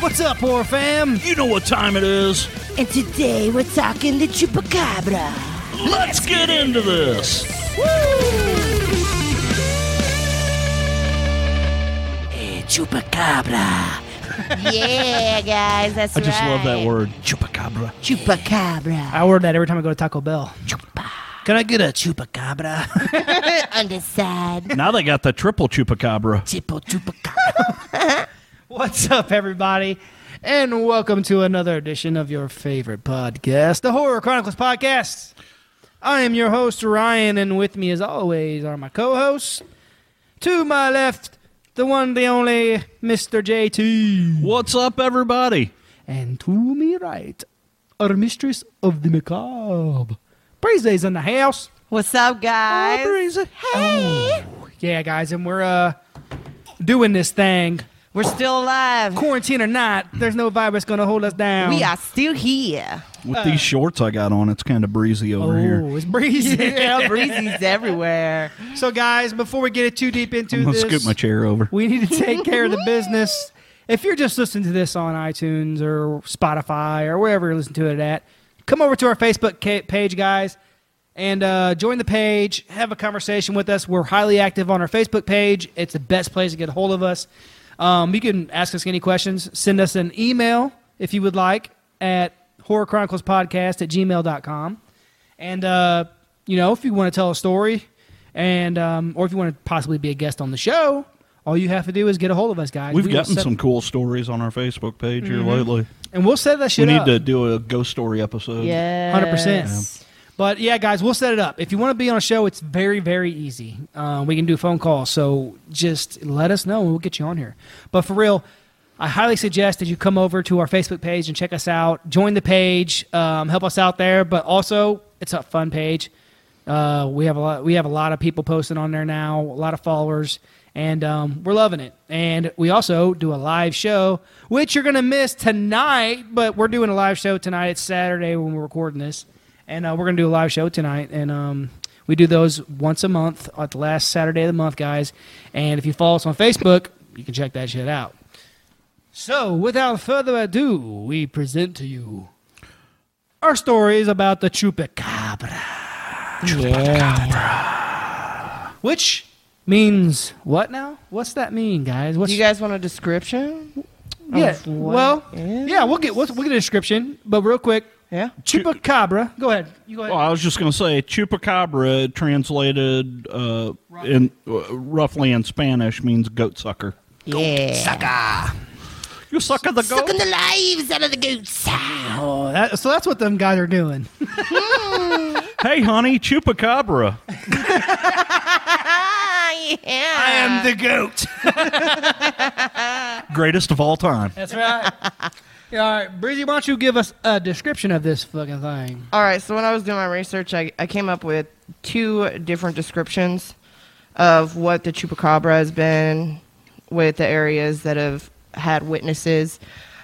What's up, horror fam? You know what time it is. And today we're talking the chupacabra. Let's get into this. Eh, Chupacabra. yeah, guys, that's I right. just love that word, chupacabra. Chupacabra. I order that every time I go to Taco Bell. Can I get a chupacabra? On the side. Now they got the triple chupacabra. Tipo chupacabra. What's up, everybody? And welcome to another edition of your favorite podcast, the Horror Chronicles Podcast. I am your host, Ryan, and with me, as always, are my co hosts. To my left, the one, the only, Mr. JT. What's up, everybody? And to me right, our mistress of the macabre. Breezy's in the house. What's up, guys? Yeah, guys, and we're uh doing this thing. We're still alive. Quarantine or not, there's no virus gonna hold us down. We are still here. With Uh, these shorts I got on, it's kind of breezy over here. Oh, it's breezy. Yeah, breezy's everywhere. So, guys, before we get too deep into I'm gonna oh, this, scoot my chair over. we need to take care of the business. If you're just listening to this on iTunes or Spotify or wherever you're listening to it at, come over to our Facebook ca- page, guys, and uh, join the page. Have a conversation with us. We're highly active on our Facebook page. It's the best place to get a hold of us. Um, you can ask us any questions. Send us an email if you would like at horror chronicles podcast at gmail.com. And, uh, you know, if you want to tell a story and um, or if you want to possibly be a guest on the show, all you have to do is get a hold of us, guys. We've We will gotten set- some cool stories on our Facebook page here lately. And we'll set that We shit need up. to do a ghost story episode. Yes. 100%. But yeah, guys, we'll set it up. If you want to be on a show, it's very, very easy. Uh, we can do phone calls. So just let us know and we'll get you on here. But for real, I highly suggest that you come over to our Facebook page and check us out. Join the page, um, help us out there. But also, it's a fun page. Uh, we have a lot. We have a lot of people posting on there now. A lot of followers, and um, we're loving it. And we also do a live show, which you're gonna miss tonight. But we're doing a live show tonight. It's Saturday when we're recording this, and uh, we're gonna do a live show tonight. And um, we do those once a month at the last Saturday of the month, guys. And if you follow us on Facebook, you can check that shit out. So, without further ado, we present to you our stories about the chupacabra. Which means what now? What's that mean, guys? What's Do you guys want a description? yeah? of what Well, it yeah, we'll get we'll, we'll get a description, but real quick, Yeah. chupacabra. Go ahead. You go ahead. Well, I was just going to say, chupacabra translated uh, in uh, roughly in Spanish means goat sucker. Yeah. You suck at the goat. Sucking the lives out of the goose. Oh, that, so that's what them guys are doing. Hey, honey, chupacabra. Ah, yeah. Uh. the goat. Greatest of all time. That's right. Yeah, all right, Breezy, why don't you give us a description of this fucking thing? All right, so when I was doing my research, I, I came up with two different descriptions of what the chupacabra has been with the areas that have had witnesses.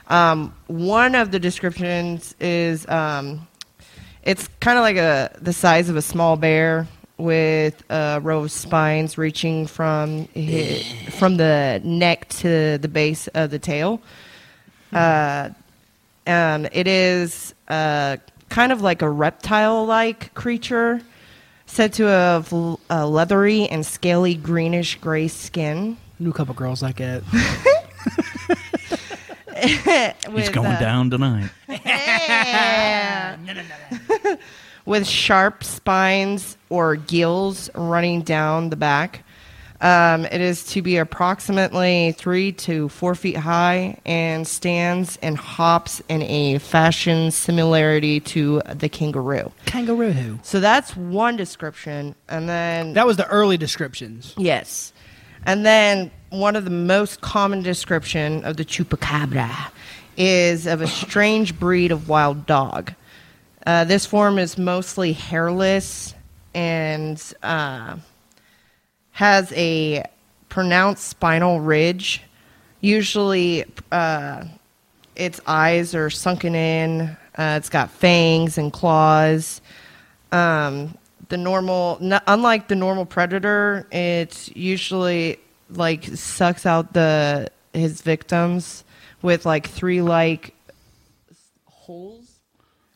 Um, one of the descriptions is um, it's kind of like a the size of a small bear with a row of spines reaching from hi from the neck to the base of the tail. Uh, Um, it is uh, kind of like a reptile like creature, said to have l- a leathery and scaly greenish gray skin. New couple girls like it. He's With, going uh, down tonight. With sharp spines or gills running down the back. Um, it is to be approximately three to four feet high and stands and hops in a fashion similarity to the kangaroo. Kangaroo. So that's one description. And then That was the early descriptions. Yes. And then one of the most common description of the chupacabra is of a strange breed of wild dog. Uh, this form is mostly hairless and uh, has a pronounced spinal ridge. Usually, uh, its eyes are sunken in. Uh, it's got fangs and claws. Um, the normal, n- unlike the normal predator, it usually like sucks out the his victims with like three like s- holes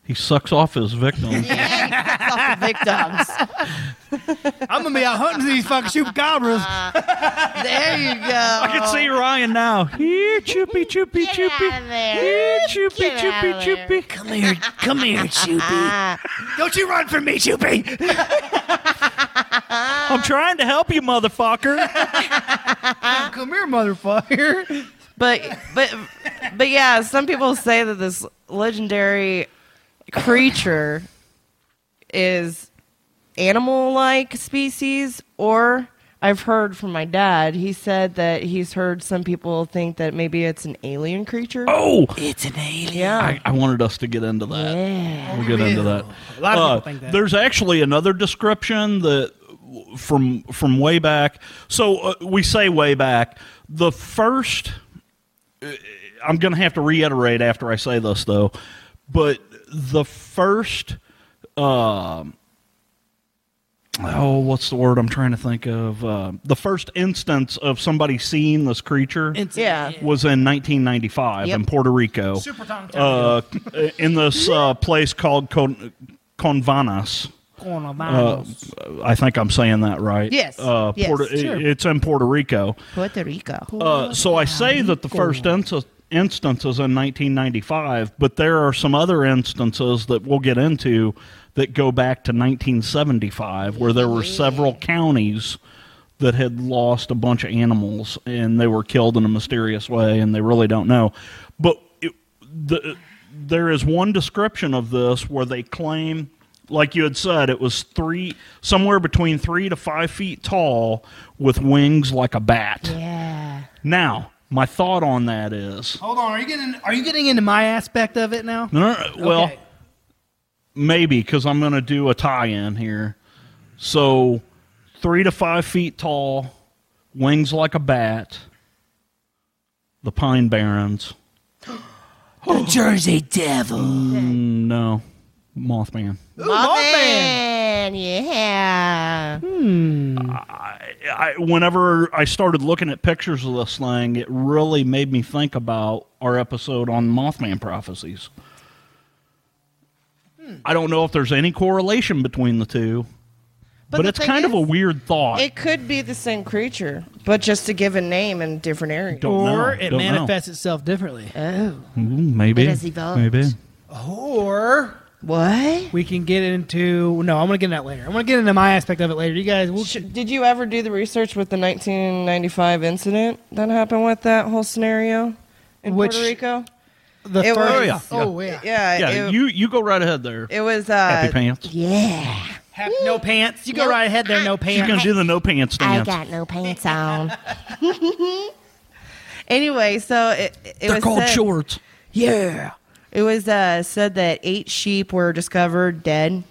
He sucks off his victim. off the victims. I'm gonna be out hunting these fucking chupacabras. There you go. I can see Ryan now. Here, choopy, choopy, out of choopy. there. Here, choopy, Get out choopy, of there. choopy. Come here, come here, Choopy. Don't you run from me, Choopy. I'm trying to help you, motherfucker. Come here, motherfucker. But but but yeah, some people say that this legendary creature is animal-like species or I've heard from my dad. He said that he's heard some people think that maybe it's an alien creature. oh, It's an alien. yeah. I, I wanted us to get into that. We'll get into that. A lot of people Uh, think that. There's actually another description that from from way back. So uh, we say way back. The first, uh, I'm going to have to reiterate after I say this though, but the first, um oh, what's the word I'm trying to think of? Uh, the first instance of somebody seeing this creature Yeah. was in 1995 in Yep. Puerto Rico. Super tongue uh, in this uh, place called Con- Convanas. Uh, I think I'm saying that right. Yes. Uh, Yes, Puerto- sure. It's in Puerto Rico. Puerto Rico. Uh, so I say that the first instance instance is in 1995, but there are some other instances that we'll get into that go back to 1975, where there were several counties that had lost a bunch of animals and they were killed in a mysterious way, and they really don't know. But it, the, there is one description of this where they claim like you had said, it was three somewhere between three to five feet tall with wings like a bat. Yeah. Now, my thought on that is Hold on, are you getting are you getting into my aspect of it now? no, no, no, well, Okay. maybe because I'm going to do a tie-in here. So, three to five feet tall, wings like a bat. The Pine Barrens. The Jersey Devil. Mm, No, Mothman. Ooh, Mothman. Man, yeah. I, whenever I started looking at pictures of this thing, it really made me think about our episode on Mothman prophecies. Hmm. I don't know if there's any correlation between the two, but, the it's thing kind of is, a weird thought. It could be the same creature, but just a given name in different areas. Don't- No, Or it don't know. manifests itself differently. Oh, Ooh, Mm, maybe, It has evolved. maybe. Uh, Or what? we can get into no, I'm gonna get into that later. I'm gonna get into my aspect of it later. You guys, we'll, Sh- Did you ever do the research with the 1995 incident that happened with that whole scenario in Which- Puerto Rico? the It first, was- oh yeah, Yeah, Yeah, it, you you go right ahead there. it was Happy uh, pants. Yeah. Have no pants. You go right ahead there, no She's gonna pants. do the no pants I dance. got no pants on. anyway. So it, it They're was called said, shorts. Yeah. It was uh, said that eight sheep were discovered dead,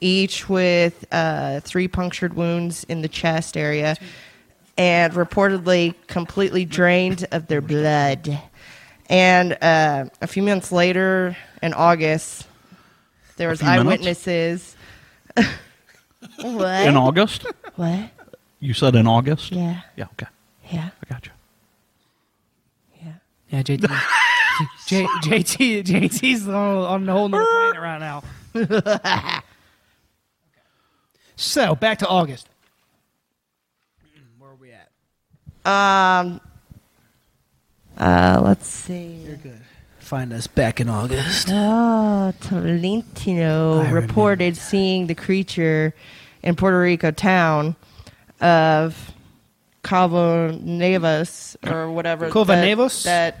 each with uh, three punctured wounds in the chest area, and reportedly completely drained of their blood. And uh, a few months later, in August, there was few minutes? eyewitnesses. What? In August, what? you said in August. Yeah. Yeah. Okay. Yeah. I got you. Yeah, JT. J, JT, JT's on, on the whole new planet right now. so back to August. Where are we at? Uh, let's see. Find us back in August. Oh, Tolentino reported seeing the creature in Puerto Rico town of Cabo Nevas or whatever. Cabo that- Nevas? That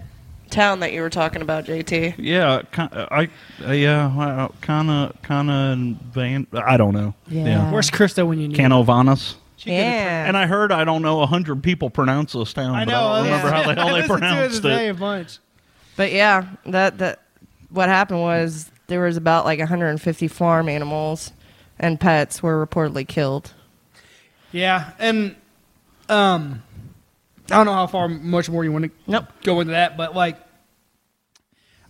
town that you were talking about, JT. Yeah, ki- I uh, yeah, kind of kind of van. I don't know. Yeah. Where's Krista when you need? her? Canovanas. She could've- Yeah. And I heard I don't know a hundred people pronounce this town. I but know. I I don't remember how listened- the hell I they listened to pronounced today it. A bunch. but yeah, that that what happened was there was about like 150 farm animals and pets were reportedly killed. Yeah, and um, I don't know how far much more you want to Nope. go into that, but like,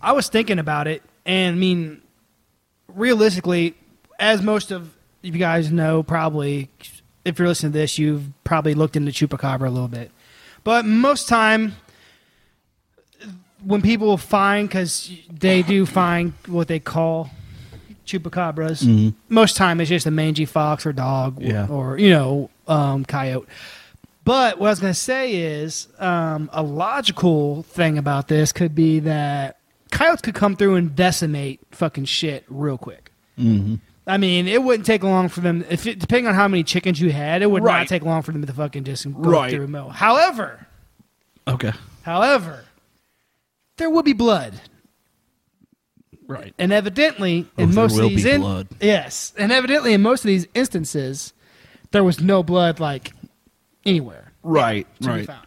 I was thinking about it, and I mean, realistically, as most of you guys know, probably if you're listening to this, you've probably looked into chupacabra a little bit, but most time when people find because they do find what they call chupacabras. Most time it's just a mangy fox or dog or- Yeah. or, you know um, coyote. But what I was going to say is um, a logical thing about this could be that coyotes could come through and decimate fucking shit real quick. Mm-hmm. I mean, it wouldn't take long for them. If it, depending on how many chickens you had, it would Right. not take long for them to fucking just go Right. through. Mo. However, Okay. However, there will be blood, Right. and evidently, Oh, in there most will of these, be in- blood. yes, and evidently, in most of these instances, there was no blood like anywhere Right. to be Right. found.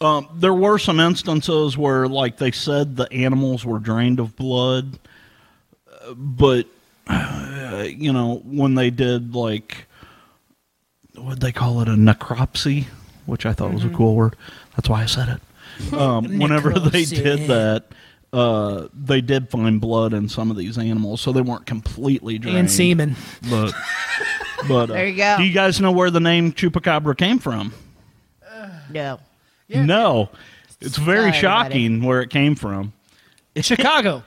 Um, there were some instances where, like they said, the animals were drained of blood, uh, but uh, you know when they did like what they call it a necropsy, which I thought was Mm-hmm. a cool word. That's why I said it. Um, whenever they did that, uh, they did find blood in some of these animals, so they weren't completely drained. And semen. but but uh, There you go. Do you guys know where the name chupacabra came from? No. No. It's very Sorry, shocking where it came from. Chicago.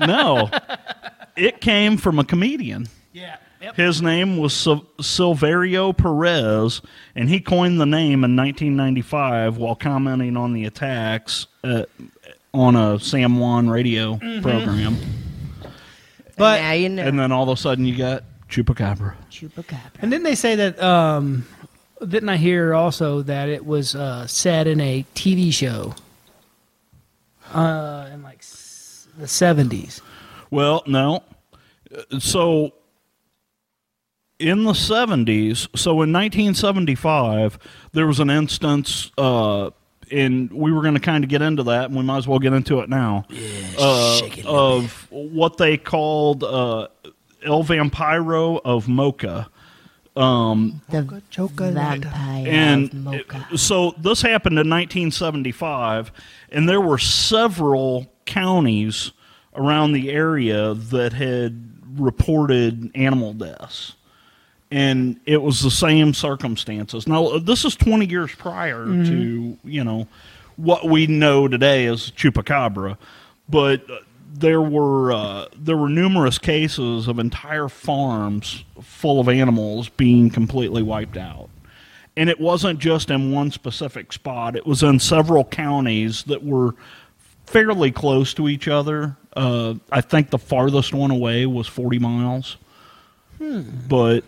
No. it came from a comedian. yeah. Yep. His name was Sil- Silverio Perez, and he coined the name in 1995 while commenting on the attacks uh, on a Sam Juan radio program. But now you know. And then all of a sudden you got Chupacabra. Chupacabra. And then they say that um didn't I hear also that it was uh said in a TV show uh in like s- the 70s. Well, no. Uh, So in the 70s, so in 1975, there was an instance, uh, and we were going to kind of get into that, and we might as well get into it now, uh, of what they called uh, El Vampiro of Mocha. The vampire and of mocha. it- so this happened in 1975 and there were several counties around the area that had reported animal deaths and it was the same circumstances now this is 20 years prior to you know what we know today as chupacabra but uh, there were uh, there were numerous cases of entire farms full of animals being completely wiped out and it wasn't just in one specific spot. It was in several counties that were fairly close to each other. Uh, I think the farthest one away was 40 miles. But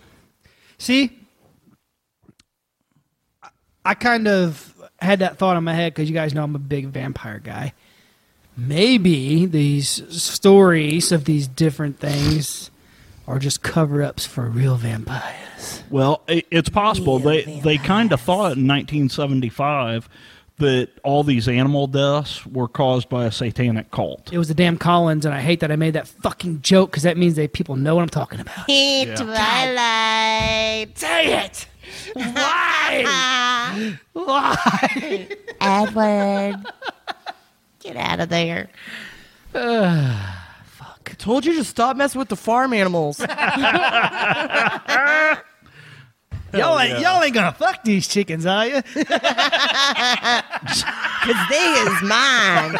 See, I- I kind of had that thought in my head because you guys know I'm a big vampire guy. Maybe these stories of these different things are just cover ups for real vampires. well, it, it's possible Yeah, they they kind of thought in 1975 that all these animal deaths were caused by a satanic cult. It was the damn Collins, and I hate that I made that fucking joke because that means that people know what I'm talking about. Twilight. Ah. Say it. Why? Edward. Get out of there. Fuck. Told you to stop messing with the farm animals. Y'all ain't, y'all ain't gonna fuck these chickens, are you? Cause they is mine.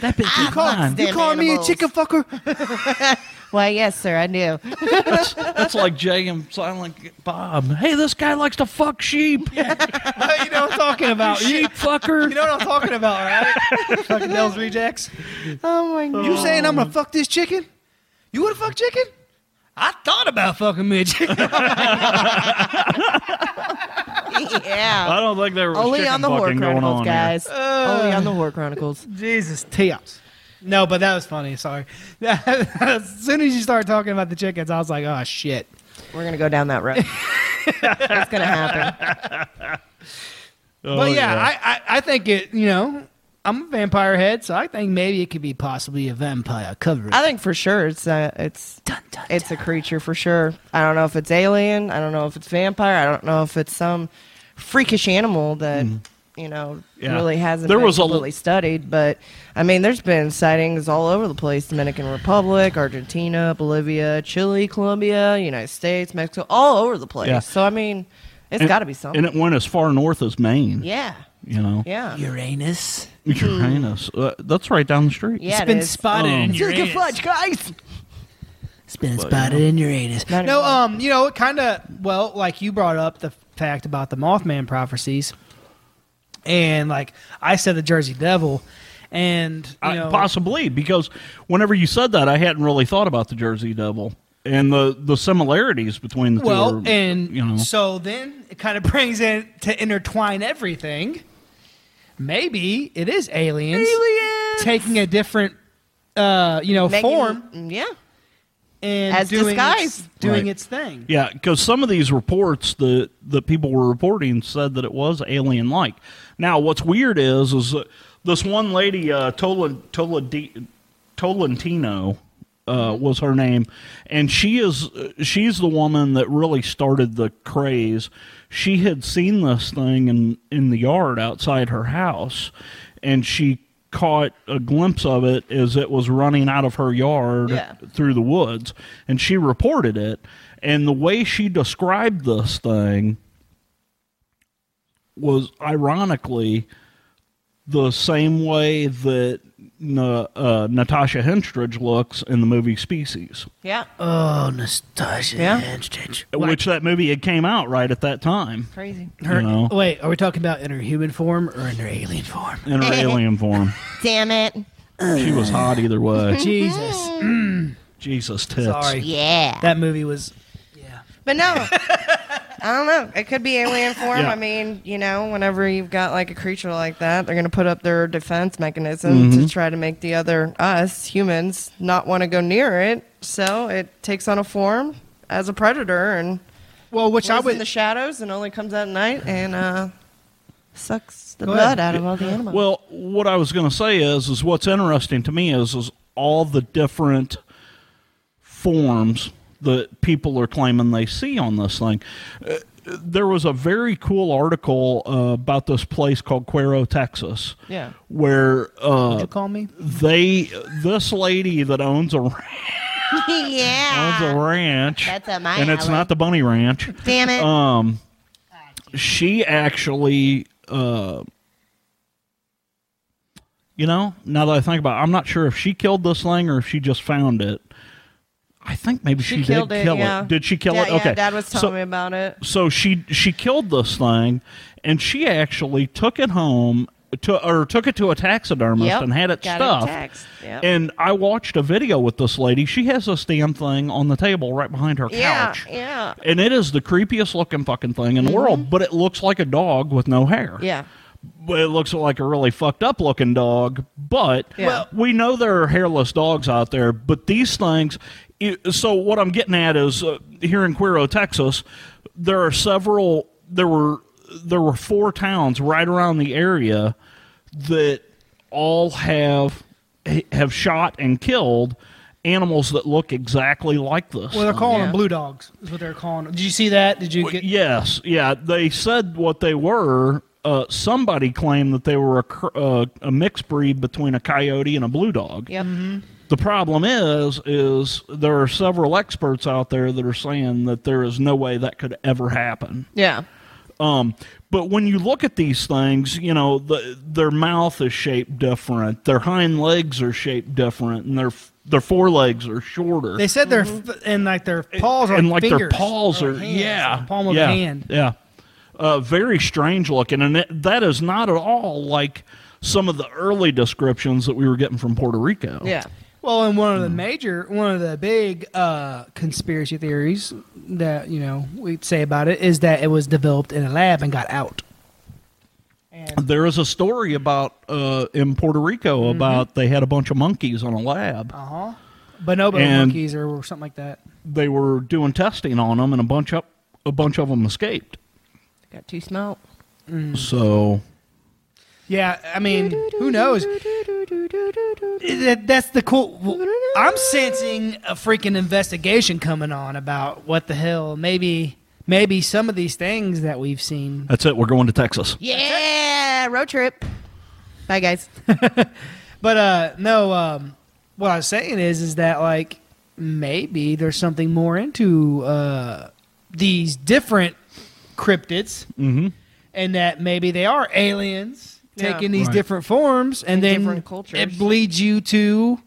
That bitch you fucks call, you them call me a animals. chicken fucker? Why, yes, sir, I do. That's, that's like Jay and Silent Bob. Hey, this guy likes to fuck sheep. you know what I'm talking about. You, Sheep fucker. you know what I'm talking about, right? fucking Dell's rejects. Oh my god. You saying I'm gonna fuck this chicken? You wanna fuck chicken? I thought about fucking me a chicken. Yeah. I don't think there was Only chicken on the Horror fucking going Chronicles, on here. guys. Only on the Horror Chronicles. Jesus, tears. No, but that was funny. Sorry. as soon as you started talking about the chickens, I was like, oh shit. We're gonna go down that road. That's gonna happen. Oh, but yeah, I, I I think it. You know, I'm a vampire head, so I think maybe it could be possibly a vampire covering. I think for sure it's uh, it's Dun, dun, it's a creature for sure. I don't know if it's alien. I don't know if it's vampire. I don't know if it's some freakish animal that you know Mm-hmm. Yeah. really hasn't There been was a l- completely studied. But I mean, there's been sightings all over the place: Dominican Republic, Argentina, Bolivia, Chile, Colombia, United States, Mexico, all over the place. Yeah. So I mean, it's And- got to be something. And it went as far north as Maine. yeah, You know? yeah. Uranus. Uranus. Uh, that's right down the street. Yeah, it's been it is. Oh, spotted. in It's like a Uranus. fudge, guys. It's been spotted in Uranus. Not No, anymore. um, you know, it kind of well, like you brought up the fact about the Mothman prophecies, and like I said, the Jersey Devil, and you I- know, possibly because whenever you said that, I hadn't really thought about the Jersey Devil and the, the similarities between the two. well, are, and you know, so then it kind of brings in to intertwine everything. Maybe it is aliens, Aliens. taking a different, uh, you know, Making- form Mm, Yeah. and as doing disguise. its, doing Right. its thing. yeah, because some of these reports that that people were reporting said that it was alien like. Now, what's weird is is that this one lady, uh, Tola, Tola D, Tolentino. Uh, was her name, and she is she's the woman that really started the craze. She had seen this thing in in the yard outside her house, and she caught a glimpse of it as it was running out of her yard Yeah. through the woods, and she reported it. And the way she described this thing was ironically the same way that Na- uh, Natasha Henstridge looks in the movie Species, Yeah. Uh, Oh, Nastasia Yeah. Henstridge. which that movie had came out right at that time. Crazy. Her- you know, Wait, are we talking about in her human form or Or in her alien form. in her alien form. Damn it. She was hot either way. Jesus? Jesus tits. Sorry, Yeah. that movie was But no, I don't know. It could be alien form. Yeah. I mean, you know, whenever you've got like a creature like that, they're going to put up their defense mechanism Mm-hmm. to try to make the other us humans not want to go near it. So it takes on a form as a predator and well, which I lives would in the shadows and only comes out at night and uh, sucks the Go blood ahead. out of all the animals. Well, what I was going to say is, is what's interesting to me is, is all the different forms that people are claiming they see on this thing. Uh, there was a very cool article uh, about this place called Cuero, Texas. Yeah. Where uh, you call me? they, this lady that owns a, ra- owns a yeah. ranch, Ah, That's up my and it's alley. not the bunny ranch. Damn it. Uh, she actually uh you know now that i think about it i'm not sure if she killed this thing or if she just found it i think maybe she, she killed did it. kill yeah. it did she kill Yeah, it yeah, okay Dad was telling so, me about it. so she she killed this thing and she actually took it home to or took it to a taxidermist Yep, and had it got it stuffed taxed, yep. and i watched a video with this lady she has this damn thing on the table right behind her Yeah, couch yeah. and it is the creepiest looking fucking thing in the world but it looks like a dog with no hair Mm-hmm. Yeah. but it looks like a really fucked up looking dog. But Yeah. Well- we know there are hairless dogs out there, but these things. it- So what I'm getting at is uh, here in Quero, Texas, there are several. There were there were four towns right around the area that all have have shot and killed animals that look exactly like this. Well, they're thing. calling Yeah. them blue dogs. Is what they're calling. Them. Did you see that? Did you Well, get? yes, yeah. They said what they were. Uh, somebody claimed that they were a, cr- uh, a mixed breed between a coyote and a blue dog. Yep. The problem is, is there are several experts out there that are saying that there is no way that could ever happen. Yeah. Um, but when you look at these things, you know, the, their mouth is shaped different, their hind legs are shaped different, and their f- their forelegs are shorter. They said their f- and like their paws are Mm-hmm. and like their fingers, paws or are hands, yeah like palm of yeah, the hand. yeah uh, very strange looking and it, that is not at all like some of the early descriptions that we were getting from Puerto Rico Yeah. Well, and one of Mm. the major, one of the big uh, conspiracy theories that you know we'd say about it is that it was developed in a lab and got out. there is a story about uh, in Puerto Rico Mm-hmm. about they had a bunch of monkeys on a lab Uh huh. Bonobo Uh-huh. And- monkeys or something like that. they were doing testing on them and a bunch up a bunch of them escaped Got too smelt. Mm. so Yeah, I mean, who knows? That- That's the cool. well, I'm sensing a freaking investigation coming on about what the hell. Maybe, maybe some of these things that we've seen. that's it we're going to Texas Yeah. Uh, Road trip. Bye, guys. But uh, no, um, what I was saying is, is that like maybe there's something more into uh, these different cryptids, and that maybe they are aliens. taking Yeah. these Right. different forms, and And then different cultures. it bleeds you to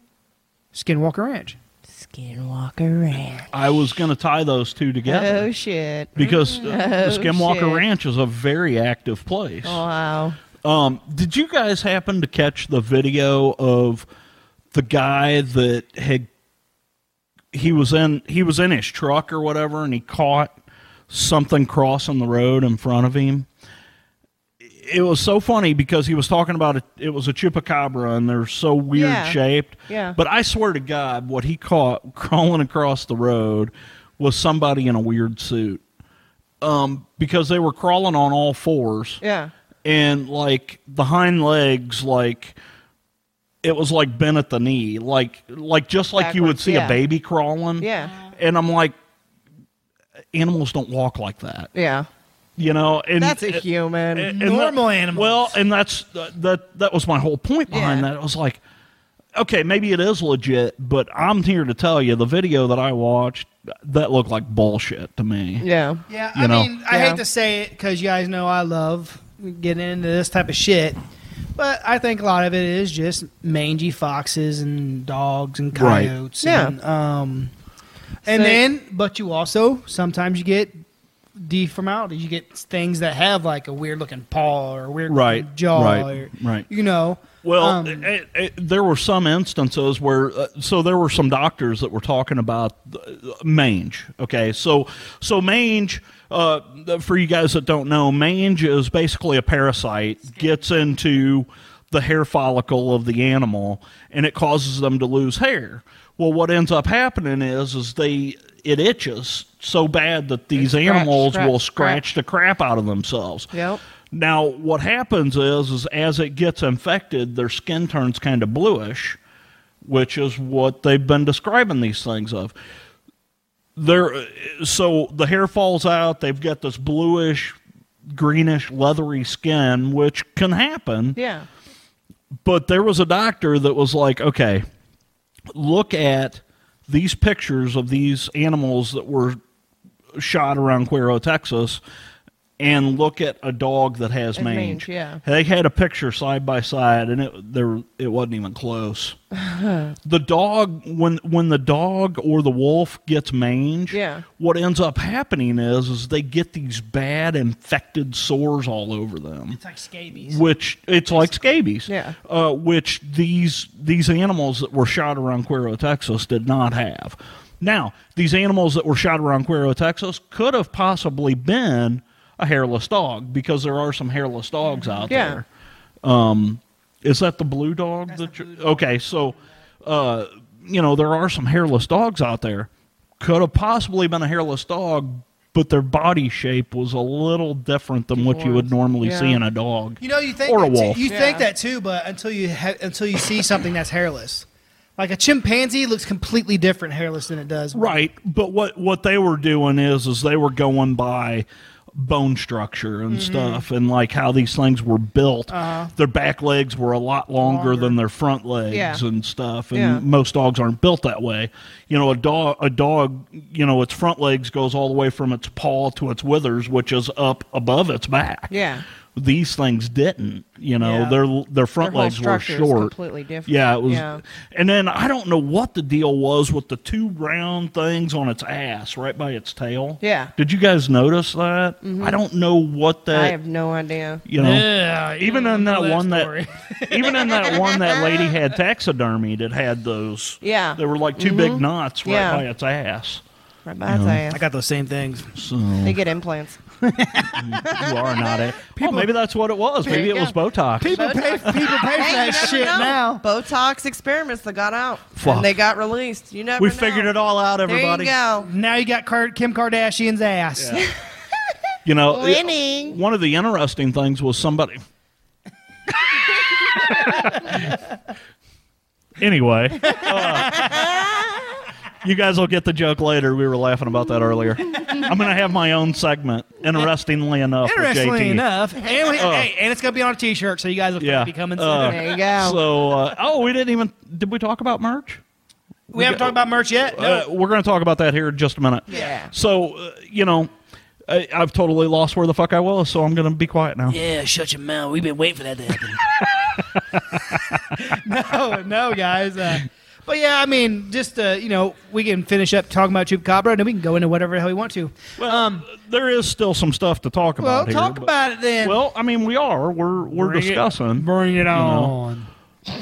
Skinwalker Ranch. Skinwalker Ranch. I was going to tie those two together Oh shit! because uh, the Oh, Skimwalker shit. Ranch is a very active place. Oh, Wow. Um, did you guys happen to catch the video of the guy that had he was in he was in his truck or whatever, and he caught something crossing the road in front of him? It was so funny because he was talking about it. It was a chupacabra, and they're so weird Yeah. shaped. Yeah. But I swear to God, what he caught crawling across the road was somebody in a weird suit. Um, because they were crawling on all fours Yeah. and like the hind legs like it was like bent at the knee like like just like you would Backwards, see yeah. a baby crawling Yeah. and i'm like animals don't walk like that Yeah. you know and That's a and- human. and Normal that- animals. well and that's that that was my whole point behind Yeah. that it was like okay maybe it is legit but i'm here to tell you the video that i watched that looked like bullshit to me yeah. Yeah, You I know? mean, I Yeah. hate to say it because you guys know I love getting into this type of shit, but I think a lot of it is just mangy foxes and dogs and Right. coyotes. Yeah. And, um, and So- then, but you also sometimes you get deformalities. You get things that have like a weird looking paw or a weird Right, looking jaw. right, or, right. You know. Well, eh, um, it, it, there were some instances where, uh, so there were some doctors that were talking about uh, mange. Okay, so so mange, uh, for you guys that don't know, mange is basically a parasite gets into the hair follicle of the animal and it causes them to lose hair. Well, what ends up happening is is they it itches so bad that these scratch, animals scratch, will scratch. scratch the crap out of themselves. Yep. Now, what happens is, is as it gets infected, their skin turns kind of bluish, which is what they've been describing these things of. There, so the hair falls out. They've got this bluish, greenish, leathery skin, which can happen. Yeah. But there was a doctor that was like, okay, look at these pictures of these animals that were shot around Cuero, Texas, and look at a dog that has And mange. mange, yeah. They had a picture side by side, and it there it wasn't even close. the dog when when the dog or the wolf gets mange, Yeah. what ends up happening is is they get these bad infected sores all over them it's like scabies. which it's like scabies. Yeah. Uh, which these these animals that were shot around Cuero, Texas, did not have. Now, these animals that were shot around Cuero, Texas, could have possibly been a hairless dog because there are some hairless dogs out Yeah. there. Um, is that the blue dog that you're, okay? So, uh, you know, there are some hairless dogs out there. Could have possibly been a hairless dog, but their body shape was a little different than what you would normally see Yeah. in a dog. You know, you think or a that too- wolf. you think Yeah. that too, but until you ha- until you see something that's hairless, like a chimpanzee looks completely different hairless than it does. Right, but what what they were doing is is they were going by bone structure and Mm-hmm. stuff and like how these things were built. Uh-huh. Their back legs were a lot longer, than their front legs Yeah. and stuff and Yeah. most dogs aren't built that way. You know, a dog a dog, you know, its front legs goes all the way from its paw to its withers, which is up above its back. Yeah. These things didn't, you know. Yeah. Their their front Their whole legs were structure is short. completely different. Yeah, it was Yeah. and then I don't know what the deal was with the two round things on its ass, right by its tail. Yeah. Mm-hmm. Did you guys notice that? I don't know what I that. have no idea. you know, Yeah, you even don't in that know that one story. that, even in that one that lady had taxidermy that had those. Yeah. Mm-hmm. They were like 2 big knots right Yeah. by its ass. Right by its ass. got those same things. So They you get implants. are not it. People, maybe that's what it was. Maybe you it was Botox. People pay, people pay for that shit now. Botox experiments that got out Fuck. and they got released. You never. we know. figured it all out, everybody. There you go. Now you got Kar- Kim Kardashian's ass. You know, it- Winning. one of the interesting things was somebody. anyway, uh, you guys will get the joke later. We were laughing about that earlier. I'm going to have my own segment, interestingly enough. with Interestingly JT. enough, and, we, hey, and it's gonna be on a T-shirt, so you guys will Yeah. be coming soon. Uh, There you go. So, uh, oh, we didn't even. Did we talk about merch? we haven't talked about merch yet. No. Uh, we're going to talk about that here in just a minute. Yeah. So, uh, you know, I, I've totally lost where the fuck I was, so I'm gonna be quiet now. Yeah, shut your mouth. We've been waiting for that to no, happen. no, guys. Uh, but yeah, I mean, just uh, you know, we can finish up talking about Chupacabra, and then we can go into whatever the hell we want to. Well, there is still some stuff to talk Well, about. here, talk but- about it then. Well, I mean, we are. We're we're Bring it- discussing. bring it know. on. Damn,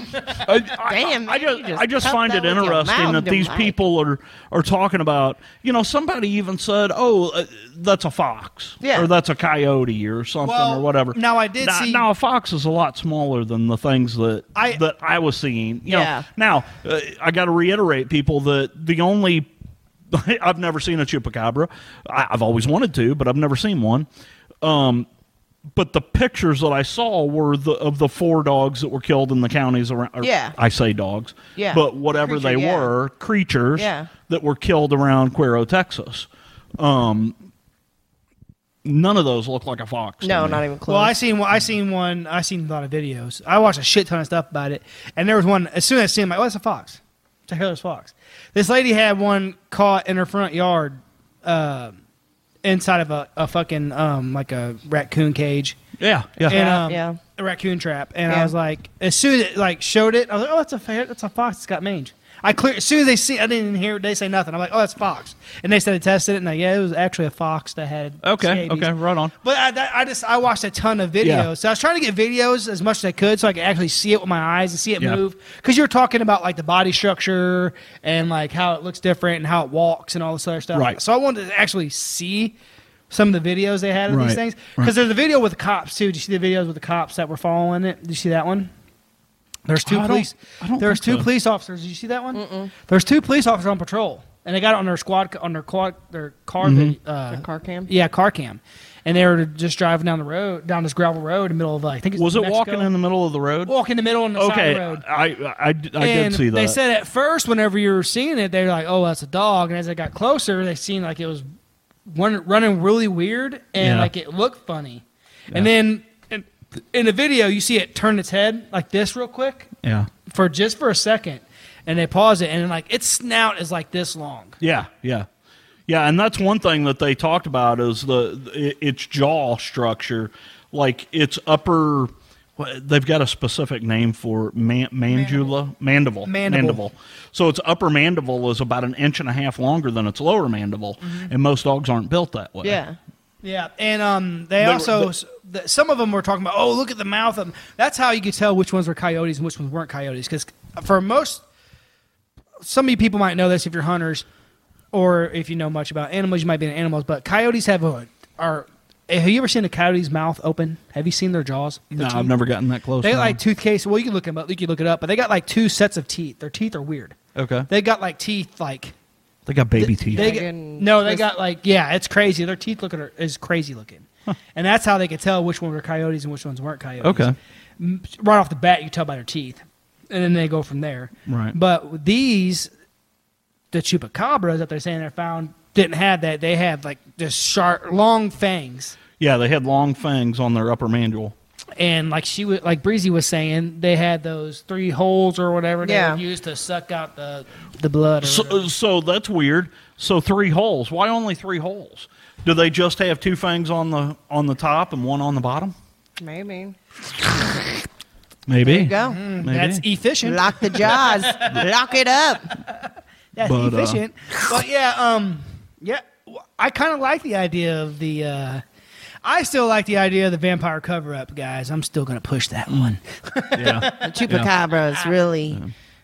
I man, just, you just I just cut find that it with your interesting mouth, that these Mike. people are are talking about. You know, somebody even said, "Oh, uh, that's a fox, Yeah. or that's a coyote, or something, Well, or whatever." now I did now, see- Now a fox is a lot smaller than the things that I- I that I was seeing. You know, Yeah. now uh, I got to reiterate, people, that the only I've never seen a chupacabra. I, I've always wanted to, but I've never seen one. Um, but the pictures that I saw were the of the four dogs that were killed in the counties around. or Yeah. I say dogs. Yeah. But whatever Creature, they yeah. were, creatures Yeah. that were killed around Cuero, Texas. Um, none of those look like a fox. to No, me. not even close. Well, I seen one. I seen one. I seen a lot of videos. I watched a shit ton of stuff about it, and there was one. As soon as I seen, it, I'm like, oh, that's a fox. It's a hairless fox. This lady had one caught in her front yard, uh, inside of a, a fucking um, like a raccoon cage. Yeah. Yeah. and, um, yeah. a raccoon trap. And I Yeah. was like, as soon as it like showed it, I was like, oh, that's a fair, that's a fox. It's got mange. I clear as soon as they see, I didn't hear they say nothing. I'm like, oh, that's fox. And they said they tested it, and like, yeah, it was actually a fox that had okay. scabies. Okay. Right on. But I, that, I just I watched a ton of videos, Yeah. so I was trying to get videos as much as I could, so I could actually see it with my eyes and see it Yeah. move. Because you're talking about like the body structure and like how it looks different and how it walks and all this other stuff. Right. So I wanted to actually see some of the videos they had of these Right. things. Right. Because there's a video with the cops too. Did you see the videos with the cops that were following it? Did you see that one? There's two I don't- police. I don't there's think two so. police officers. Did you see that one? There's two police officers on patrol, and they got it on their squad on their quad their car Mm-hmm. vid- uh, Their car cam? Yeah, car cam. And they were just driving down the road, down this gravel road in the middle of, uh, I think it's Was it Mexico. walking in the middle of the road? walking in the middle on the side okay. of the road. I I, I did I did And see that. They said at first, whenever you were seeing it, they were like, "Oh, that's a dog." And as it got closer, they seen like it was run, running really weird and Yeah. like it looked funny. And then in, in the video, you see it turn its head like this real quick yeah. for just for a second, and they pause it, and like its snout is like this long. Yeah, yeah, yeah, and that's one thing that they talked about is the i- its jaw structure, like its upper. what- They've got a specific name for it, man, mandula, mandible, Mandible. So its upper mandible is about an inch and a half longer than its lower mandible, and most dogs aren't built that way. yeah. Mm-hmm. Yeah, and um, they were- also they- s- th- some of them were talking about, oh, look at the mouth of 'em." That's how you could tell which ones were coyotes and which ones weren't coyotes. Because for most, some of you people might know this if you're hunters, or if you know much about animals, you might be in animals. But coyotes have a are. Have you ever seen a coyote's mouth open? Have you seen their jaws? Their No, teeth? I've never gotten that close. They to got like them. toothcase. Well, you can look them up. You can look it up. But they got like two sets of teeth. Their teeth are weird. okay, They got like teeth like they got baby teeth. they Like got- in no, they this- got like yeah, it's crazy. Their teeth looking are, is crazy looking, and that's how they could tell which ones were coyotes and which ones weren't coyotes. Okay. M- right off the bat, you tell by their teeth, and then they go from there. Right. But with these, the chupacabras that they're saying they found didn't have that. They have like just sharp, long fangs, yeah, they had long fangs on their upper mandible. and like she was like Breezy was saying, they had those three holes or whatever they Yeah. would use to suck out the the blood. Or whatever. So, uh, so that's weird. So three holes. Why only three holes? Do they just have two fangs on the on the top and one on the bottom? Maybe. Maybe. There you go. uh, Maybe. that's efficient. Lock the jaws. Lock it up. That's But, uh, efficient. but yeah, um, yeah, w- I kind of like the idea of the. Uh, I still like the idea of the vampire cover up, guys. I'm still gonna push that one. The yeah. chupacabra is really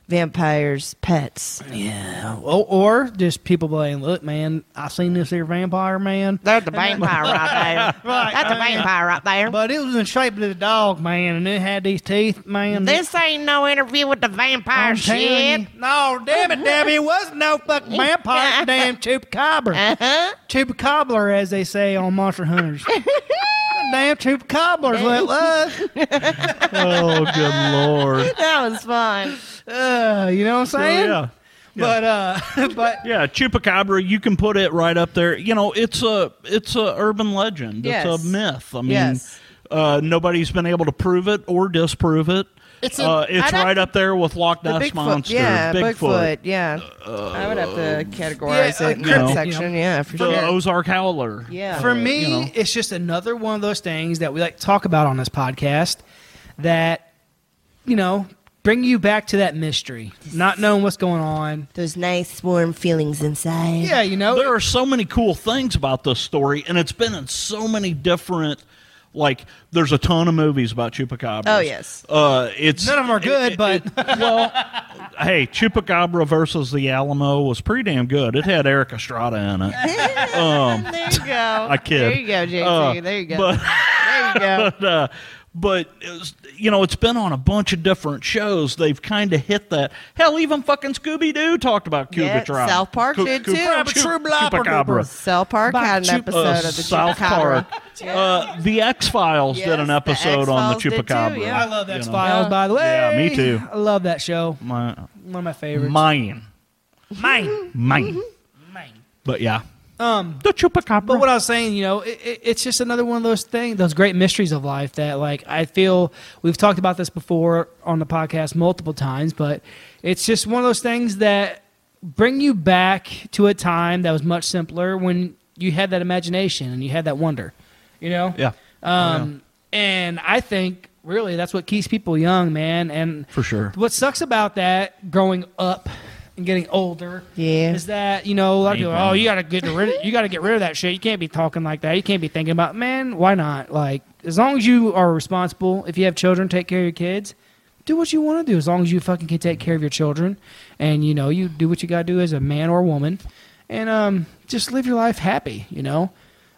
vampires' pets. Yeah. Or, or just people playing. Look, man, I seen this here vampire man, There's the vampire right there. Right, That's a I mean- vampire right there. but it was in shape of a dog, man, and it had these teeth, man. this ain't no interview with the vampire I'm telling shit. you. No, damn it, Debbie, it was no fucking vampire, damn chupacabra, Uh. Uh-huh. chupacabra, as they say on Monster Hunters. damn chupacabra is what it was. Oh, good lord. That was fun. Uh, you know what I'm saying? yeah. But uh, but Yeah, chupacabra. You can put it right up there. You know, it's a it's a urban legend. Yes. It's a myth. I mean, Yes. uh, nobody's been able to prove it or disprove it. It's, It's a- it's I'd have right to- up there with Loch The Ness Bigfoot- Monster, yeah, Bigfoot, Uh, yeah. I would have to categorize yeah, it in uh, that no. section, yeah, for the sure. Ozark Howler. yeah, For me, you know. it's just another one of those things that we like to talk about on this podcast that, you know, bring you back to that mystery, not knowing what's going on. Those nice warm feelings inside. Yeah, you Oh, know, there are so many cool things about this story, and it's been in so many different. Like, there's a ton of movies about chupacabras. Oh, yes. uh, it's none of them are good, but well, hey, Chupacabra versus the Alamo was pretty damn good. It had Eric Estrada in it. there you go. Oh. I kid. There you go, JT. Uh, there you go. but- there you go. But, uh, but it was- you know, it's been on a bunch of different shows. They've kind of hit that. Hell, even fucking Scooby Doo talked about Yeah, Cuba Tribe. South Park Cu- did Cu- too. Chup- Chupacabra. Cell Park Back had an to- episode Uh, of the South Chupacabra. Park. Uh, the X Files Yes, did an the episode on the X-Files did too, Chupacabra. yeah. I love X Files, by the way. Yeah, me too. I love that show. My, One of my favorites. mine, Mine. Mm-hmm. mine. Mine. But yeah, Um, the Chupacabra. but what I was saying, you know, it, it, it's just another one of those things, those great mysteries of life that, like, I feel we've talked about this before on the podcast multiple times, but it's just one of those things that bring you back to a time that was much simpler when you had that imagination and you had that wonder, you know? yeah. Um, And I think really that's what keeps people young, man. And For sure. what sucks about that growing up and getting older, Yeah. is that you know, like, Ain't oh, wrong. you gotta get rid, you gotta get rid of that shit. You can't be talking like that. You can't be thinking about, man, why not? Like, as long as you are responsible, if you have children, take care of your kids. Do what you want to do, as long as you fucking can take care of your children, and you know you do what you gotta do as a man or a woman, and um, just live your life happy. You know,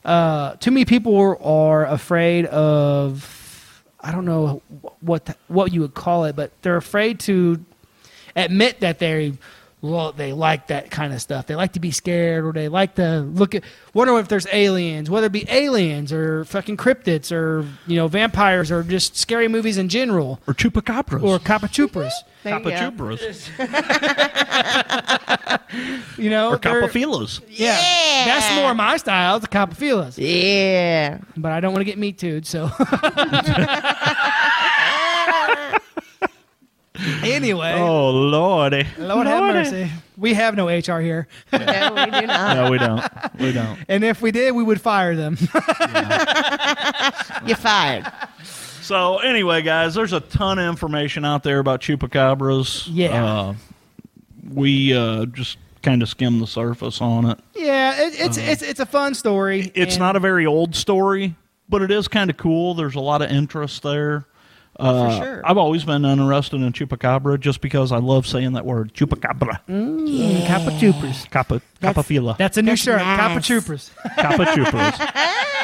uh, too many people are afraid of I don't know wh- what the, what you would call it, but they're afraid to admit that they well, they like that kind of stuff. They like to be scared, or they like to look at wonder if there's aliens, whether it be aliens or fucking cryptids or you know vampires or just scary movies in general Or Chupacabras. or capachupras. There you go. Chupacabras. You know, Or they're- Capafilas. Yeah, that's more my style, the capafilas. Yeah. But I don't want to get me too'd, so. anyway, Oh, lordy. Lord have mercy. We have no HR here, No, we do not. No, we don't. We don't. and if we did, we would fire them. You're fired. So anyway, guys, there's a ton of information out there about chupacabras. Yeah. Uh, we uh, just kind of skimmed the surface on it. yeah, it, it's it's it's a fun story. Um, It's and- not a very old story, but it is kind of cool. There's a lot of interest there. Oh, Uh, sure. I've always been interested in chupacabra just because I love saying that word chupacabra. Mm, capachupas. Capa, capafila. That's a new That's shirt, nice. capachupas. Capachupras.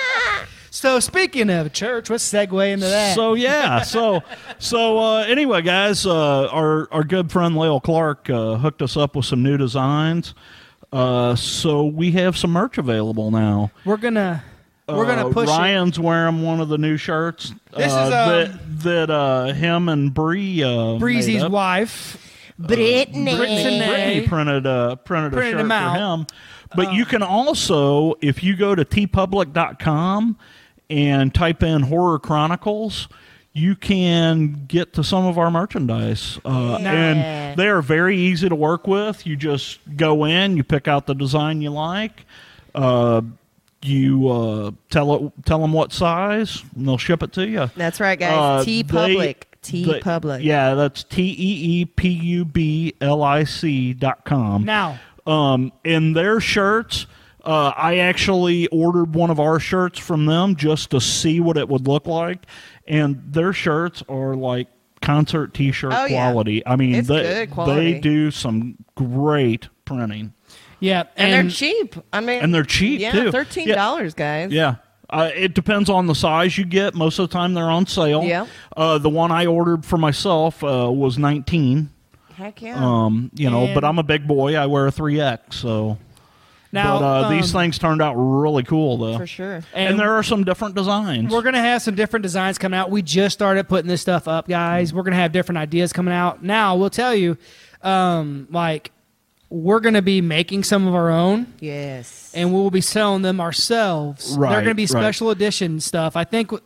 So speaking of church, let's segue into that. so yeah, so so uh, anyway, guys, uh, our our good friend Lyle Clark uh, hooked us up with some new designs. Uh, so we have some merch available now. we're gonna we're Uh, gonna push. it. Ryan's wearing one of the new shirts. This is, uh, um, that that uh, him and Bree uh, made Breezy's up. wife. Brittany. Brittany. Brittany printed a printed, Printed a shirt them out. Oh. for him. But you can also, if you go to tpublic.com and type in horror chronicles, you can get to some of our merchandise. Uh, And they are very easy to work with. You just go in, you pick out the design you like. Uh, you uh, tell it, tell them what size, and they'll ship it to you. That's right, guys. Uh, T they- public. T they- public. Yeah, that's T E E P U B L I C dot com. Now. um, in their shirts, uh, I actually ordered one of our shirts from them just to see what it would look like, and their shirts are like concert T-shirt Oh, yeah. quality. I mean, It's they good quality. they do some great printing, Yeah, And, they're cheap. I mean, and they're cheap yeah, too. thirteen Yeah. dollars, guys. Yeah. Uh, it depends on the size you get. Most of the time, they're on sale. Yeah. Uh, the one I ordered for myself uh, was 19. Heck yeah. Um, you know, but And- I'm a big boy. I wear a 3X. So, Now but uh, um, these things turned out really cool, though. for sure. And, And- there are some different designs. We're gonna have some different designs coming out. We just started putting this stuff up, guys. We're gonna have different ideas coming out. Now we'll tell you, um, like we're gonna be making some of our own, Yes. and we will be selling them ourselves. Right, They're gonna be right. special edition stuff. I think. w-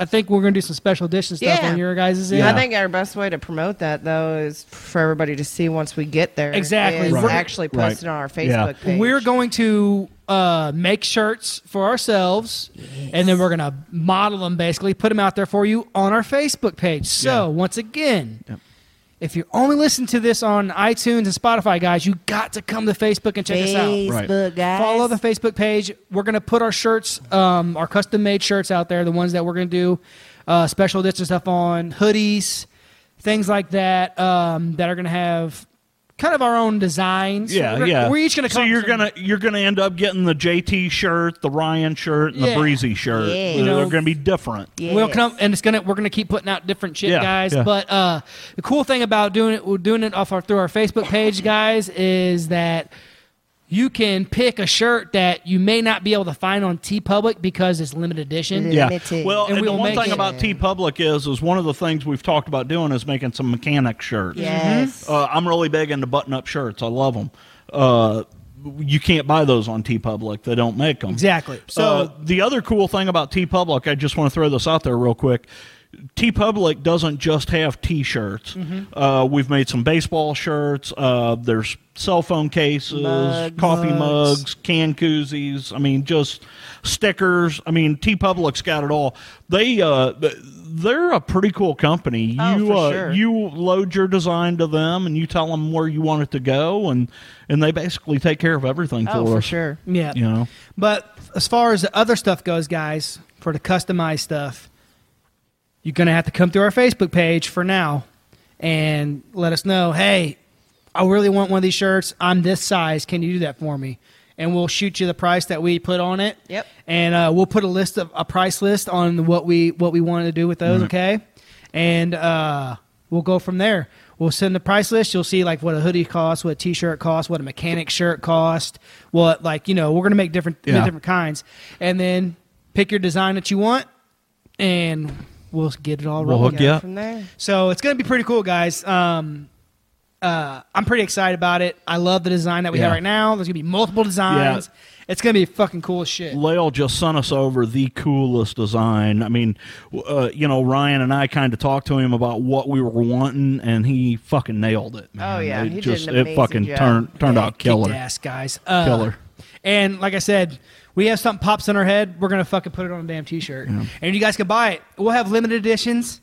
I think we're gonna do some special edition stuff Yeah. on your guys' end. Yeah. I think our best way to promote that though is for everybody to see once we get there. Exactly. is Right. actually Right. posted on our Facebook Yeah. page. We're going to uh, make shirts for ourselves, and then we're going to model them basically, put them out there for you on our Facebook page. So, Yeah. once again, if you're only listening to this on iTunes and Spotify, guys, you got to come to Facebook and check us out. Facebook, guys. Follow the Facebook page. We're going to put our shirts, um, our custom made shirts out there, the ones that we're going to do uh, special edition stuff on, hoodies, things like that, um, that are going to have kind of our own designs. Yeah, We're- yeah. We're each going to So come up you're with some- gonna you're gonna end up getting the JT shirt, the Ryan shirt, and Yeah. the Breezy shirt. Yeah. They're, You know- they're gonna be different. We'll come and it's gonna we're gonna keep putting out different shit, Yeah, guys. yeah. But uh, the cool thing about doing it, we're doing it off our through our Facebook page, guys, is that you can pick a shirt that you may not be able to find on T Public because it's limited edition. Yeah. Limited. Well, And and, we'll the one make thing it. about T Public is is one of the things we've talked about doing is making some mechanic shirts. Yes. Mm-hmm. Uh, I'm really big into button up shirts. I love them. Uh, you can't buy those on T Public. They don't make them. Exactly. So So- Uh, the other cool thing about T Public, I just want to throw this out there real quick. T Public doesn't just have T-shirts. Mm-hmm. Uh, we've made some baseball shirts. Uh, there's cell phone cases, coffee mugs. can koozies. I mean, just stickers. I mean, T Public's got it all. They uh, th- they're a pretty cool company. You Oh, for uh, sure. you load your design to them, and you tell them where you want it to go, and and they basically take care of everything Oh, for for us. sure. Yeah. You know. But as far as the other stuff goes, guys, for the customized stuff, you're going to have to come through our Facebook page for now and let us know, hey, I really want one of these shirts. I'm this size. Can you do that for me? And we'll shoot you the price that we put on it. Yep. And uh, we'll put a list of a price list on what we what we wanted to do with those. Okay. And uh, we'll go from there. We'll send the price list. You'll see like what a hoodie costs, what a t-shirt costs, what a mechanic shirt costs, what like you know we're gonna make different make Yeah. different kinds, and then pick your design that you want, and we'll get it all We'll rolling. hook you up. From there. So it's going to be pretty cool, guys. Um, uh, I'm pretty excited about it. I love the design that we have Yeah. right now. There's going to be multiple designs. It's going to be fucking cool as shit. Lael just sent us over the coolest design. I mean, w- uh, you know, Ryan and I kind of talked to him about what we were wanting, and he fucking nailed it. Man. Oh, yeah. it He did just an it amazing fucking job. turned turned out killer. Kicked ass, guys. Uh, Killer. And like I said, we have something pops in our head. We're going to fucking put it on a damn t-shirt, and you guys can buy it. We'll have limited editions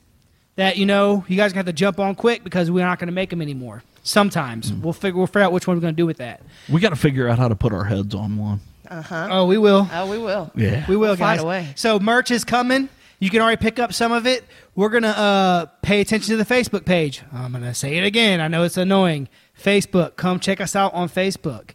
that you know you guys have to jump on quick because we're not going to make them anymore. Sometimes Mm. we'll figure we'll figure out which one we're going to do with that. We got to figure out how to put our heads on one. Oh, we will. Oh, we will. Yeah. We will, We'll guys. find a way. So merch is coming. You can already pick up some of it. We're gonna uh, pay attention to the Facebook page. I'm gonna say it again. I know it's annoying. Facebook, come check us out on Facebook.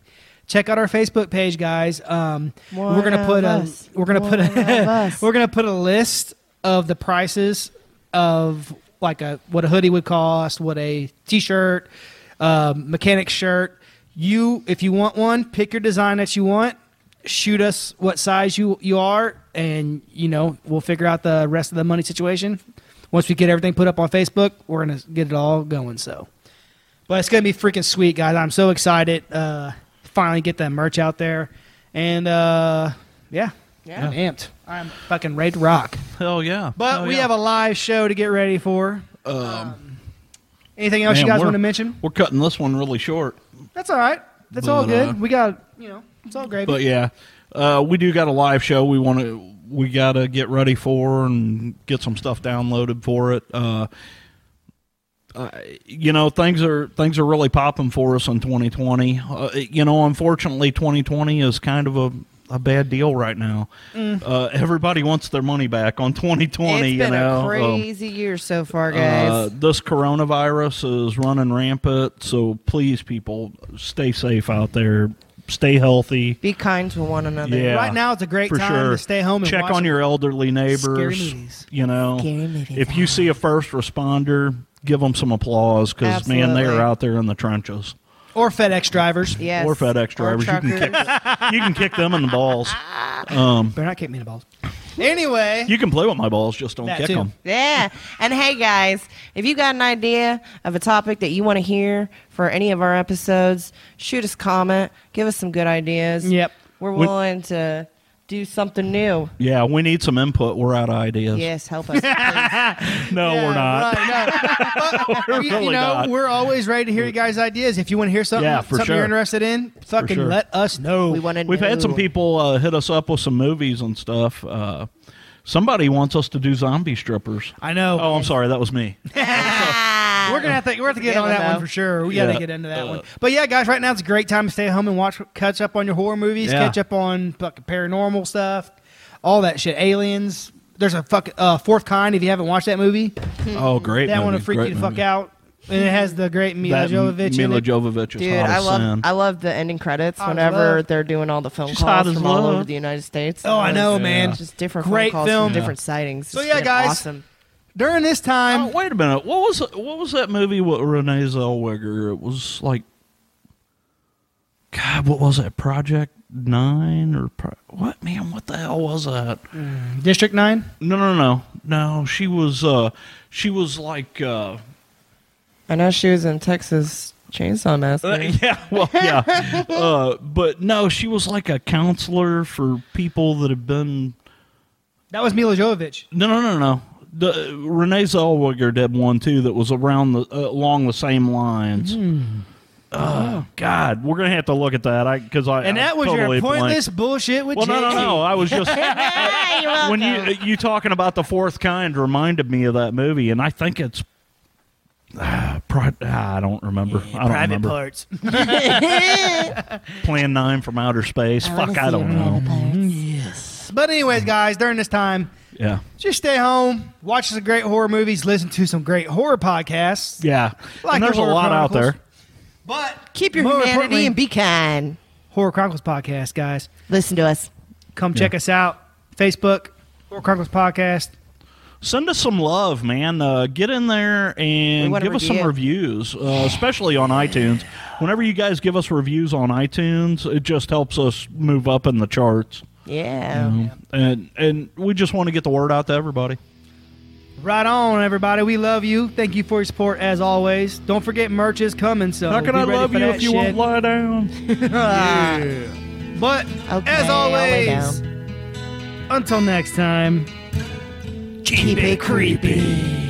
Check out our Facebook page, guys. Um, One we're gonna of put a us. we're gonna put One of a, us. we're gonna put a list of the prices of like a what a hoodie would cost, what a t-shirt, uh, mechanic shirt. You, if you want one, pick your design that you want. Shoot us what size you you are, and you know we'll figure out the rest of the money situation. Once we get everything put up on Facebook, we're gonna get it all going. So, but it's gonna be freaking sweet, guys. I'm so excited. Uh, finally get that merch out there, and uh, yeah, Yeah. I'm amped. I'm fucking ready to rock. Hell Oh, yeah. But we have a live show to get ready for. Um, anything else you guys want to mention? We're cutting this one really short, That's all right. That's all But, good. uh, we got you know, it's all great. but yeah, uh, we do got a live show. We want to. We got to get ready for and get some stuff downloaded for it. Uh, you know things are things are really popping for us in 2020 uh, you know unfortunately 2020 is kind of a a bad deal right now uh, everybody wants their money back on 2020 Mm. It's you been know a Um, crazy year so far, uh, guys. this coronavirus is running rampant so please people stay safe out there stay healthy Be kind to one another. yeah, Right now, it's a great for time sure. to stay home and check watch on your elderly scary neighbors. movies. You know, Scary movies. if you see a first responder, give them some applause because man, they Absolutely. are out there in the trenches. or FedEx drivers. Yes. or FedEx Or drivers, you can kick- truckers. You can kick them in the balls. Better not kick me in the balls. Anyway, You can play with my balls, just don't That kick too. them. Yeah. And hey, guys, if you got an idea of a topic that you want to hear for any of our episodes, shoot us a comment. Give us some good ideas. Yep. We're Would- willing to do something new. Yeah, we need some input. We're out of ideas. Yes, help us. please. No, we're not. We're you, really know, not. we're always ready to hear you guys' ideas. If you want to hear something, Yeah, for something sure. you're interested in, fucking sure. let us know. we want to. We've had some people uh, hit us up with some movies and stuff. Uh, somebody wants us to do zombie strippers. I know. Oh, I'm sorry, that was me. We're gonna have to we're gonna have to get Yeah, on that no. one for sure. We gotta Yeah. get into that one. But yeah, guys, right now it's a great time to stay at home and watch catch up on your horror movies, Yeah. catch up on fucking paranormal stuff, all that shit. Aliens. There's a fuck uh, fourth kind if you haven't watched that movie. Oh, great. That movie. one will freak great you the movie. fuck out. And it has the great Mila That Jovovich in Mila it. Jovovich is Dude, hot I as love sin. I love the ending credits Hot as whenever love. they're doing all the film She's hot calls as from all love. over the United States. Oh, I know, It's man. Just different Great phone calls film. from different sightings. So It's yeah, been guys. awesome. During this Oh, time, wait a minute. What was what was that movie with Renee Zellweger? It was like, God, what was that? Project Nine or Pro- what? Man, what the hell was that? District Nine. No, no, no, no. She was uh, she was like uh, I know she was in Texas Chainsaw uh, Massacre. yeah, well, yeah, uh, but no, she was like a counselor for people that have been That was Mila Jovovich. No, no, no, no. The, Renee Zellweger did one too that was around the uh, along the same lines. Hmm. Oh God, we're gonna have to look at that. I because I And I that was totally your blanked. pointless bullshit with Well, no, no, JT. no. I was just when you you talking about the fourth kind reminded me of that movie, and I think it's. Uh, pri- ah, I don't remember. I Private don't remember. parts. Plan Nine from Outer Space. Fuck, I don't know. But anyways, guys, during this time, Yeah. just stay home, watch some great horror movies, listen to some great horror podcasts. Yeah. Like and the there's a Horror lot out Chronicles. there. But Keep your more humanity importantly, and be kind. Horror Chronicles podcast, guys. Listen to us. Come check us out. Facebook, Horror Chronicles podcast. send us some love, man. Uh, get in there and We give want us a some reviews, uh, especially on iTunes. Whenever you guys give us reviews on iTunes, it just helps us move up in the charts. Yeah. Mm-hmm. And and we just want to get the word out to everybody. Right on, everybody. We love you. Thank you for your support as always. Don't forget merch is coming. So How can be I ready love for you that if you shit. won't lie down? But Okay, as I'll lay always, until next time. Keep it creepy.